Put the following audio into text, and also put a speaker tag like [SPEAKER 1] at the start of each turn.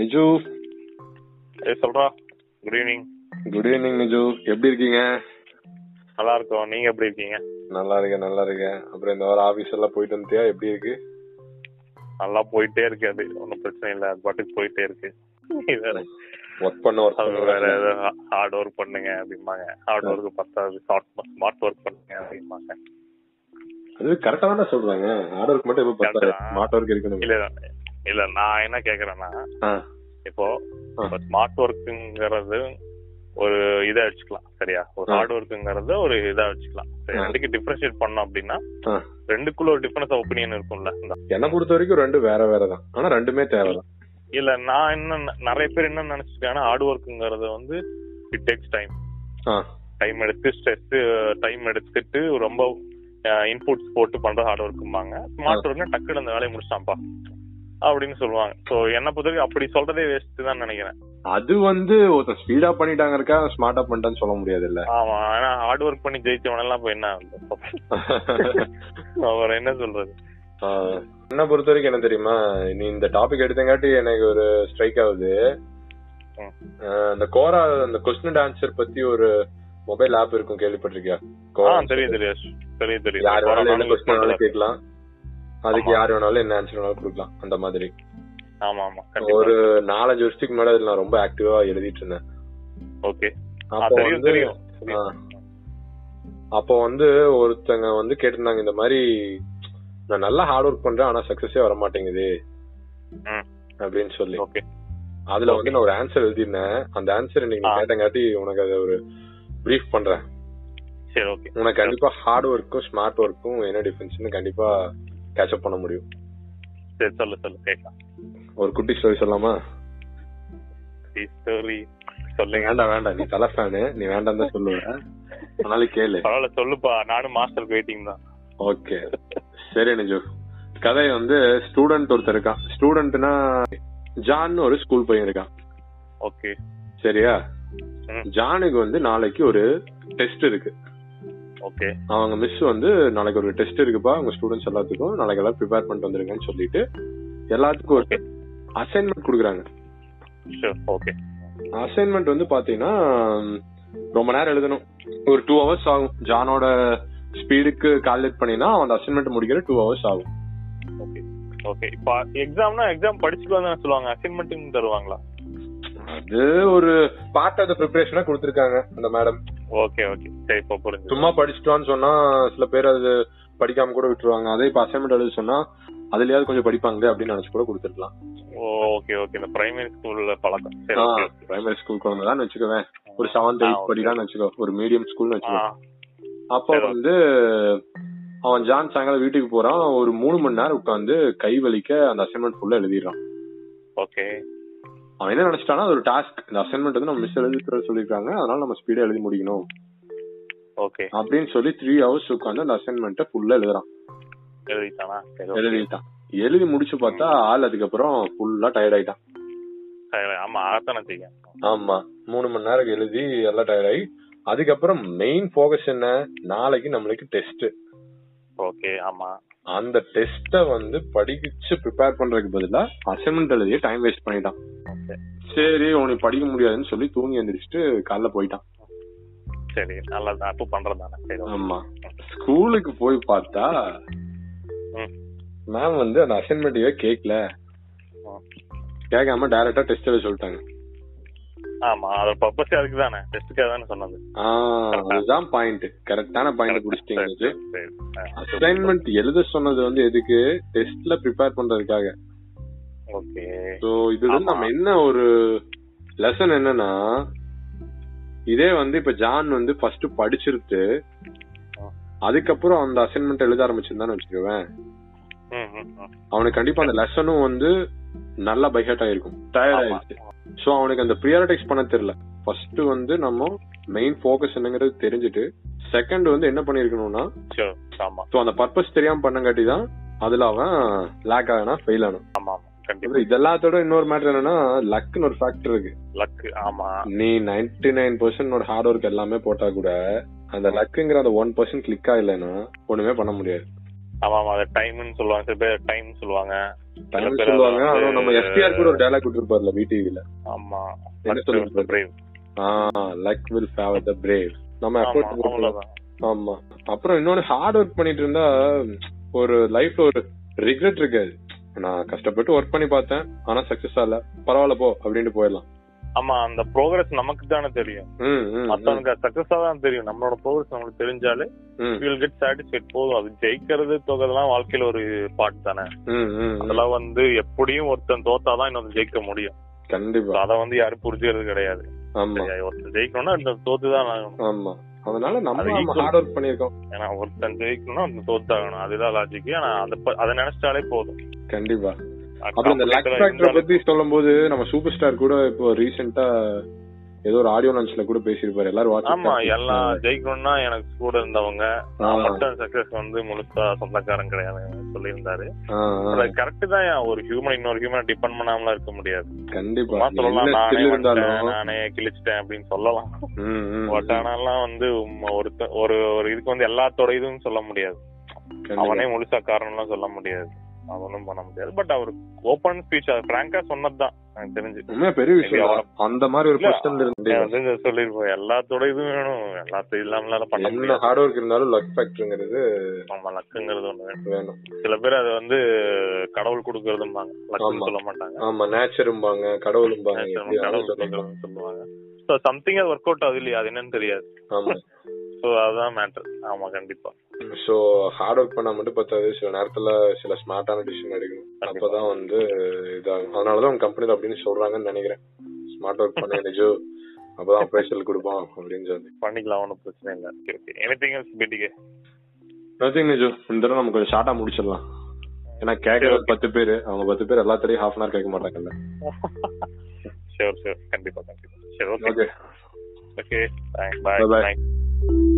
[SPEAKER 1] நிஜு
[SPEAKER 2] ஏ சொல்றா good evening
[SPEAKER 1] good evening Niju எப்படி இருக்கீங்க
[SPEAKER 2] நல்லா இருக்கோம் நீங்க எப்படி இருக்கீங்க
[SPEAKER 1] நல்லா இருக்கேன் நல்லா இருக்கேன் அப்புறம் இந்த வாரம் ஆபீஸ் எல்லாம் போயிட்டு வந்துட்டியா எப்படி இருக்கு
[SPEAKER 2] நல்லா போயிட்டே இருக்கு அது ஒன்றும் பிரச்சனை இல்லை அது பாட்டுக்கு போயிட்டே இருக்கு இது வேற.
[SPEAKER 1] ஒர்க் பண்ண ஒர்க்
[SPEAKER 2] அது வேற
[SPEAKER 1] பண்ண
[SPEAKER 2] ஏதோ ஹார்ட் ஒர்க் பண்ணுங்க அப்படிம்பாங்க ஹார்ட் ஒர்க் பத்தாது ஷார்ட் ஸ்மார்ட் ஒர்க் பண்ணுங்க அப்படிம்பாங்க
[SPEAKER 1] அது கரெக்டா தான் சொல்றாங்க ஹார்ட் ஒர்க் மட்டும் எப்ப பத்தாது
[SPEAKER 2] Correct தான்.
[SPEAKER 1] ஸ்மார்ட் ஒர்க் இருக்கணும்
[SPEAKER 2] இல்ல இல்ல நான் என்ன கேக்குறேன்னா
[SPEAKER 1] ஆ,
[SPEAKER 2] இப்போ
[SPEAKER 1] ஆ.
[SPEAKER 2] ஸ்மார்ட் ஒர்க்குங்கிறது ஒரு இதை வச்சுக்கலாம் சரியா ஒரு
[SPEAKER 1] ஆ.
[SPEAKER 2] ஹார்ட் ஒர்க்குங்கிறது ஒரு இதை வச்சுக்கலாம் சரி,
[SPEAKER 1] ஆ.
[SPEAKER 2] ரெண்டுக்கு டிஃபரன்ஷியேட் பண்ணோம் அப்படின்னா
[SPEAKER 1] ஆ.
[SPEAKER 2] ரெண்டுக்குள்ள ஒரு டிஃபரன்ஸ் ஒப்பீனியன் இருக்கும்ல இந்த
[SPEAKER 1] என்னை பொறுத்த வரைக்கும் ரெண்டும் வேற வேற தான் ஆனா ரெண்டுமே தேவைதான்
[SPEAKER 2] இல்ல நான் என்ன நிறைய பேர் என்ன நினைச்சிருக்காங்கன்னா ஹார்ட் ஒர்க்குங்கிறது வந்து இட் டேக்ஸ் டைம்
[SPEAKER 1] ஆ,
[SPEAKER 2] டைம் எடுத்து ஸ்ட்ரெஸ் டைம் எடுத்துட்டு ரொம்ப இன்புட்ஸ் போட்டு பண்ற ஹார்ட் ஒர்க்கும்பாங்க ஸ்மார்ட் ஒர்க்னா டக்குனு அந்த வேலையை முடிச்சிட்டான்ப்பா அப்படின்னு சொல்லுவாங்க சோ என்ன பொறுத்தவரைக்கும் அப்படி சொல்றதே வேஸ்ட் தான் நினைக்கிறேன்
[SPEAKER 1] அது வந்து ஒருத்தன் ஸ்பீடா பண்ணிட்டாங்க இருக்கா ஸ்மார்ட்டா பண்ணிட்டான்னு சொல்ல முடியாது இல்ல
[SPEAKER 2] ஆமா ஆனா ஹார்ட் ஒர்க் பண்ணி ஜெயிச்சவனெல்லாம் இப்ப என்ன அவர் என்ன சொல்றது
[SPEAKER 1] ஆ, என்னை பொறுத்த வரைக்கும் என்ன தெரியுமா நீ இந்த டாபிக் எடுத்தங்காட்டி எனக்கு ஒரு ஸ்ட்ரைக் ஆகுது
[SPEAKER 2] ம்.
[SPEAKER 1] ஆ, இந்த கோரா அந்த கொஸ்டின் ஆன்சர் பத்தி ஒரு மொபைல் ஆப் இருக்கும் கேள்விப்பட்டிருக்கியா
[SPEAKER 2] ஆ
[SPEAKER 1] கோரா
[SPEAKER 2] தெரியும் தெரியும் தெரியும்
[SPEAKER 1] யார் வேணாலும் என்ன கொஸ்டின் வேணாலும்
[SPEAKER 2] தெரியும்
[SPEAKER 1] கேட்கலாம் அதுக்கு
[SPEAKER 2] ஆமா.
[SPEAKER 1] யார் வேணாலும் என்ன ஆன்சர் வேணாலும் கொடுக்கலாம் அந்த மாதிரி
[SPEAKER 2] ஆமா ஆமா கண்டிப்பா
[SPEAKER 1] ஒரு நாலஞ்சு வருஷத்துக்கு முன்னாடி இதுல நான் ரொம்ப ஆக்டிவா எழுதிட்டு இருந்தேன்
[SPEAKER 2] ஓகே
[SPEAKER 1] அப்போ
[SPEAKER 2] தெரியும்
[SPEAKER 1] வந்து
[SPEAKER 2] தெரியும்
[SPEAKER 1] ஆ. அப்போ வந்து ஒருத்தங்க வந்து கேட்டிருந்தாங்க இந்த மாதிரி நான் நல்லா ஹார்ட் ஒர்க் பண்றேன் ஆனா சக்சஸே வர மாட்டேங்குது
[SPEAKER 2] ம்.
[SPEAKER 1] அப்படின்னு சொல்லி
[SPEAKER 2] ஓகே
[SPEAKER 1] அதுல வந்து நான் ஒரு ஆன்சர் எழுதிருந்தேன் அந்த ஆன்சர் நீங்க
[SPEAKER 2] ஆ.
[SPEAKER 1] கேட்டங்காட்டி உனக்கு அதை ஒரு ப்ரீஃப் பண்றேன்
[SPEAKER 2] சரி ஓகே
[SPEAKER 1] உனக்கு கண்டிப்பா ஹார்ட் ஒர்க்கும் ஸ்மார்ட் ஒர்க்கும் என்ன டிஃபரன்ஸ்னு கண்டிப்பா கேட்ச் அப் பண்ண முடியும்
[SPEAKER 2] சரி சொல்லு சொல்லு கேட்கலாம்
[SPEAKER 1] ஒரு குட்டி ஸ்டோரி சொல்லாமா
[SPEAKER 2] ஸ்டோரி சொல்லுங்க
[SPEAKER 1] வேண்டாம் வேண்டாம் நீ தலை ஃபேனு நீ வேண்டாம் தான் சொல்லுவேன் ஆனாலும் கேளு
[SPEAKER 2] பரவாயில்ல சொல்லுப்பா நானும் மாஸ்டர் வெயிட்டிங் தான்
[SPEAKER 1] ஓகே சரி நிஜு கதை வந்து ஸ்டூடெண்ட் ஒருத்தர் இருக்கான் ஸ்டூடெண்ட்னா ஜான் ஒரு ஸ்கூல் பையன் இருக்கான்
[SPEAKER 2] ஓகே
[SPEAKER 1] சரியா
[SPEAKER 2] ம்.
[SPEAKER 1] ஜானுக்கு வந்து நாளைக்கு ஒரு டெஸ்ட் இருக்கு
[SPEAKER 2] ஓகே
[SPEAKER 1] அவங்க மிஸ் வந்து நாளைக்கு ஒரு டெஸ்ட் இருக்குப்பா உங்க ஸ்டூடெண்ட்ஸ் எல்லாத்துக்கும் நாளைக்கு எல்லாம் ப்ரிப்பேர் பண்ணிட்டு வந்துருங்கன்னு சொல்லிட்டு எல்லாத்துக்கும் ஒரு
[SPEAKER 2] ஓகே
[SPEAKER 1] அசைன்மெண்ட் கொடுக்குறாங்க
[SPEAKER 2] ஷூர் ஓகே
[SPEAKER 1] அசைன்மெண்ட் வந்து பாத்தீங்கன்னா ம், ரொம்ப நேரம் எழுதணும் ஒரு டூ ஹவர்ஸ் ஆகும் ஜானோட ஸ்பீடுக்கு கால்குலேட் பண்ணினா அவன் அந்த அசைன்மெண்ட் முடிக்கிற டூ ஹவர்ஸ் ஆகும்
[SPEAKER 2] ஓகே ஓகே இப்போ எக்ஸாம்னா எக்ஸாம் படிச்சுட்டு வந்து சொல்லுவாங்க அசைன்மெண்ட் தருவாங்களா
[SPEAKER 1] அது ஒரு பார்ட் ஆஃப் த ப்ரிப்பரேஷனா கொடுத்துருக்காங்க அந்த மேடம்
[SPEAKER 2] ஓகே ஓகே சரி இப்போ புரிஞ்சு
[SPEAKER 1] சும்மா படிச்சுட்டோம்னு சொன்னா சில பேர் அது படிக்காம கூட விட்டுருவாங்க அதே இப்ப அசைன்மெண்ட் எழுத சொன்னா அதுலயாவது கொஞ்சம் படிப்பாங்களே அப்படின்னு நினைச்சு கூட கொடுத்துருக்கலாம்
[SPEAKER 2] ஓகே ஓகே இந்த பிரைமரி ஸ்கூல்ல பழக்கம் சரி ஓகே
[SPEAKER 1] பிரைமரி ஸ்கூல் குழந்தை தான் வச்சுக்கவேன் ஒரு செவன்த்
[SPEAKER 2] ஆ,
[SPEAKER 1] எயிட்
[SPEAKER 2] okay.
[SPEAKER 1] படிதான் வச்சுக்கோ ஒரு மீடியம் ஸ்கூல்னு
[SPEAKER 2] ஆ
[SPEAKER 1] வச்சுக்கோ அப்போ
[SPEAKER 2] சரி, okay.
[SPEAKER 1] வந்து அவன் ஜான் சாயங்காலம் வீட்டுக்கு போறான் ஒரு மூணு மணி நேரம் உட்காந்து கை வலிக்க அந்த அசைன்மெண்ட் ஃபுல்லா எழுதிடுறான்
[SPEAKER 2] ஓகே
[SPEAKER 1] அவன் என்ன நினைச்சிட்டானா அது ஒரு டாஸ்க் இந்த அசைன்மெண்ட் வந்து நம்ம மிஸ் எழுதி சொல்லியிருக்காங்க அதனால நம்ம ஸ்பீடா எழுதி முடிக்கணும்
[SPEAKER 2] ஓகே
[SPEAKER 1] அப்படின்னு சொல்லி த்ரீ ஹவர்ஸ் உட்காந்து அந்த அசைன்மெண்ட்டை ஃபுல்லா எழுதுறான்
[SPEAKER 2] எழுதிட்டானா சரி okay.
[SPEAKER 1] எழுதிட்டான் எழுதி முடிச்சு பார்த்தா ஆள் அதுக்கப்புறம் ஃபுல்லா டயர்ட் ஆயிட்டான்
[SPEAKER 2] சரி ஆமா அதானே செய்யும்
[SPEAKER 1] ஆமா மூணு மணி நேரம் எழுதி எல்லாம் டயர்ட் ஆகி அதுக்கப்புறம் மெயின் ஃபோகஸ் என்ன நாளைக்கு நம்மளுக்கு டெஸ்ட்
[SPEAKER 2] ஓகே ஆமா
[SPEAKER 1] அந்த டெஸ்ட்டை வந்து படிச்சு ப்ரிப்பேர் பண்றதுக்கு பதிலா அசைன்மெண்ட் எழுதியே டைம் வேஸ்ட் பண்ணிட்டான்
[SPEAKER 2] ஓகே
[SPEAKER 1] சரி உனக்கு படிக்க முடியாதுன்னு சொல்லி தூங்கி எந்திரிச்சிட்டு காலைல போயிட்டான்
[SPEAKER 2] சரி நல்லதான் அப்போ பண்றதானே சரி okay.
[SPEAKER 1] ஆமா ஸ்கூலுக்கு போய் பார்த்தா
[SPEAKER 2] ம்.
[SPEAKER 1] மேம் வந்து அந்த அசைன்மெண்ட்டையே கேட்கல
[SPEAKER 2] ஆ.
[SPEAKER 1] கேட்காம டைரக்டா டெஸ்ட் எழுத சொல்லிட்டாங்க
[SPEAKER 2] ஆமா அதோட பர்பஸ் அதுக்கு தானே டெஸ்ட்டுக்காக தானே சொன்னது
[SPEAKER 1] ஆ, அதுதான் பாயிண்ட் கரெக்டான பாயிண்ட் குடிச்சிட்டீங்க
[SPEAKER 2] சரி, சரி. ஆ,
[SPEAKER 1] அசைன்மெண்ட் எழுத சொன்னது வந்து எதுக்கு டெஸ்ட்ல ப்ரிப்பேர் பண்றதுக்காக
[SPEAKER 2] ஓகே
[SPEAKER 1] சோ இதுல
[SPEAKER 2] ஆமா.
[SPEAKER 1] நம்ம என்ன ஒரு லெசன் என்னன்னா இதே வந்து இப்ப ஜான் வந்து ஃபர்ஸ்ட் படிச்சிருத்து
[SPEAKER 2] ஆ.
[SPEAKER 1] அதுக்கப்புறம் அந்த அசைன்மெண்ட் எழுத ஆரம்பிச்சிருந்தான்னு வச்சுக்கோவேன்
[SPEAKER 2] ம், ம், ம்.
[SPEAKER 1] அவனுக்கு கண்டிப்பா அந்த லெசனும் வந்து நல்லா பைஹட் ஆயிருக்கும் டயர்ட்
[SPEAKER 2] ஆமா.
[SPEAKER 1] ஆயிருச்சு சோ அவனுக்கு அந்த ப்ரியாரிட்டைஸ் பண்ண தெரியல ஃபர்ஸ்ட் வந்து நம்ம மெயின் ஃபோக்கஸ் என்னங்கிறது தெரிஞ்சுட்டு செகண்ட் வந்து என்ன பண்ணிருக்கணும்னா
[SPEAKER 2] Sure. ஆமா
[SPEAKER 1] ஸோ அந்த பர்பஸ் தெரியாம பண்ணங்காட்டி தான் அதுல அவன் லேக் ஆகனா ஃபெயில் ஆனான்
[SPEAKER 2] ஆமா ஆமா கண்டிப்பா
[SPEAKER 1] அப்புறம் இது எல்லாத்தோட இன்னொரு மேட்டர் என்னன்னா லக்குன்னு ஒரு ஃபேக்டர் இருக்கு
[SPEAKER 2] லக் ஆமா
[SPEAKER 1] நீ ninety nine percent hard work எல்லாமே போட்டா கூட அந்த லக்குங்கிற அந்த ஒன் பர்சன்ட் கிளிக் ஆகலைன்னா ஒண்ணுமே பண்ண முடியாது
[SPEAKER 2] ஆமா ஆமா அது டைம்னு சொல்லுவாங்க சில பேர் டைம் சொல்லுவாங்க
[SPEAKER 1] டைம்
[SPEAKER 2] சில பேர்
[SPEAKER 1] சொல்லுவாங்க
[SPEAKER 2] அதை
[SPEAKER 1] ஆனா
[SPEAKER 2] வந்து-
[SPEAKER 1] நம்ம எஸ்பிஆர் கூட ஒரு டைலாக் விட்டுருப்பார்ல விடிவில
[SPEAKER 2] ஆமா
[SPEAKER 1] என்ன சொல்லுவாங்க?
[SPEAKER 2] brave.
[SPEAKER 1] ஆ luck will favour the brave நம்ம
[SPEAKER 2] ஆமா,
[SPEAKER 1] எஃபோர்ட் போட்டுக்கலாம்
[SPEAKER 2] அவ்வளவுதான்.
[SPEAKER 1] ஆமா அப்புறம் இன்னொன்னு ஹார்ட் ஒர்க் பண்ணிட்டு இருந்தா ஒரு லைஃப்ல ஒரு ரிக்ரெட் இருக்காது நான் கஷ்டப்பட்டு ஒர்க் பண்ணி பார்த்தேன் ஆனா சக்சஸ் ஆகல பரவாயில்ல போ அப்படின்ட்டு போயிடலாம்
[SPEAKER 2] ஆமா அந்த ப்ரோக்ரஸ் நமக்கு தானே தெரியும்
[SPEAKER 1] ம், ம், ம்,
[SPEAKER 2] மத்தவனுக்கு சக்சஸா தான் தெரியும் நம்மளோட ப்ரோக்ரஸ் நம்மளுக்கு தெரிஞ்சாலே
[SPEAKER 1] ம்,
[SPEAKER 2] வில் கெட் சாட்டிஸ்ஃபைட் போதும் அது ஜெயிக்கிறது தோக்கறதுலாம் வாழ்க்கையில ஒரு பார்ட் தானே
[SPEAKER 1] ம், ம், ம்.
[SPEAKER 2] அதெல்லாம் வந்து எப்படியும் ஒருத்தன் தோத்தாதான் இன்னொரு ஜெயிக்க முடியும்
[SPEAKER 1] கண்டிப்பா
[SPEAKER 2] அத வந்து யாரும் புரிஞ்சுக்கிறது கிடையாது
[SPEAKER 1] ஆமா
[SPEAKER 2] சரியா, ஒருத்தன் ஜெயிக்கணும்னா ஒருத்தன் தோத்துதான் ஆகணும்
[SPEAKER 1] ஆமா அதனால
[SPEAKER 2] அது
[SPEAKER 1] நம்ம நம்ம
[SPEAKER 2] equal.
[SPEAKER 1] ஹார்ட் ஒர்க் பண்ணிருக்கோம்
[SPEAKER 2] ஏன்னா ஒருத்தன் ஜெயிக்கணும்னா ஒருத்தன் தோத்தாகணும் அதுதான் லாஜிக் ஆனா அதை ப- அதை நினைச்சாலே போதும்
[SPEAKER 1] கண்டிப்பா அப்புறம் இந்த லக் ஃபேக்டர் பத்தி சொல்லும்போது நம்ம சூப்பர் ஸ்டார் கூட இப்போ ரீசெண்டா ஏதோ ஒரு ஆடியோ லான்ச்ல கூட பேசியிருப்பாரு எல்லாரும்
[SPEAKER 2] ஆமா எல்லா
[SPEAKER 1] வாட்ச்
[SPEAKER 2] ஜெயிக்கணும்னா எனக்கு கூட இருந்தவங்க நான் மட்டும் சக்சஸ் வந்து முழுசா சொந்தக்காரன் கிடையாது சொல்லியிருந்தாரு கரெக்ட் தான் ஒரு ஹியூமன் இன்னொரு ஹியூமன் டிபெண்ட் பண்ணாமலாம் இருக்க முடியாது
[SPEAKER 1] கண்டிப்பா
[SPEAKER 2] சும்மா சொல்லலாம்
[SPEAKER 1] என்ன
[SPEAKER 2] நானே
[SPEAKER 1] skill
[SPEAKER 2] வந்துட்டேன்
[SPEAKER 1] இருந்தாலும்
[SPEAKER 2] நானே கிழிச்சிட்டேன் அப்படின்னு சொல்லலாம்
[SPEAKER 1] ம், ம்,
[SPEAKER 2] பட் ஆனாலாம் வந்து உம் ஒருத்த ஒரு ஒரு இதுக்கு வந்து எல்லாத்தோட இதுவும் சொல்ல முடியாது
[SPEAKER 1] கண்டிப்பா.
[SPEAKER 2] அவனே முழுசா காரணம்லாம் சொல்ல முடியாது அவனும் பண்ண முடியாது பட் அவர் ஓபன் ஸ்பீச் பிராங்கா சொன்னதுதான் எனக்கு தெரிஞ்சு
[SPEAKER 1] உண்மையா பெரிய விஷயம்
[SPEAKER 2] இல்லையா?
[SPEAKER 1] அந்த மாதிரி ஒரு
[SPEAKER 2] இல்ல,
[SPEAKER 1] பொசிஷன்ல இருந்து
[SPEAKER 2] எனக்கு தெரிஞ்சு அது சொல்லிருப்போம் எல்லாத்தோட இதுவும் வேணும் எல்லாத்தையும் இல்லாமலாம் பண்ண
[SPEAKER 1] என்ன
[SPEAKER 2] முடியாது
[SPEAKER 1] ஹார்ட் ஒர்க் இருந்தாலும் லக் ஃபேக்டர்ங்கிறது
[SPEAKER 2] நம்ம லக்குங்கிறது ஒண்ணு வேணும்
[SPEAKER 1] வேணும்
[SPEAKER 2] சில பேர் அது வந்து கடவுள் கொடுக்கறதும்பாங்க
[SPEAKER 1] ஆமா.
[SPEAKER 2] லக்குன்னு சொல்ல மாட்டாங்க
[SPEAKER 1] ஆமா நேச்சரும்பாங்க கடவுளும்பாங்க எப்படி
[SPEAKER 2] கடவுள்
[SPEAKER 1] வேணாலும் சொல்லலாம்.
[SPEAKER 2] கொடுக்கறதுன்னு சொல்லுவாங்க சோ சம்திங் அது ஒர்க் அவுட் ஆகுது இல்லையா அது என்னன்னு தெரியாது
[SPEAKER 1] ஆமா
[SPEAKER 2] சோ அதுதான் மேட்டர் ஆமா கண்டிப்பா
[SPEAKER 1] சோ ஹார்ட் ஒர்க் பண்ணா மட்டும் பத்தாது சில நேரத்துல சில ஸ்மார்ட்டான டிசிஷன் எடுக்கணும்
[SPEAKER 2] கண்டிப்பா.
[SPEAKER 1] அப்பதான் வந்து இதாகும் அதனாலதான் உங்க கம்பெனில அப்படின்னு சொல்றாங்கன்னு நினைக்கிறேன் ஸ்மார்ட் ஒர்க் பண்ண நிஜோ அப்பதான் அப்ரைசல் கொடுப்போம் அப்படின்னு சொல்லி
[SPEAKER 2] பண்ணிக்கலாம் ஒன்றும் பிரச்சனை இல்லை ஓகே ஓகே எனிதிங் எல்ஸ் பிடிக்கு
[SPEAKER 1] நத்திங் நிஜோ இந்த தடவை நம்ம கொஞ்சம் ஷார்ட்டா முடிச்சிடலாம் ஏன்னா கேட்கற ஒரு பத்து பேரு அவங்க பத்து பேர் எல்லாத்திலையும் ஹாஃப் அன் ஹவர் கேட்க மாட்டாங்கல்ல
[SPEAKER 2] ஷூர் ஷூர் கண்டிப்பா கண்டிப்பா சரி okay
[SPEAKER 1] okay
[SPEAKER 2] okay thanks bye
[SPEAKER 1] Bye-bye.
[SPEAKER 2] Thanks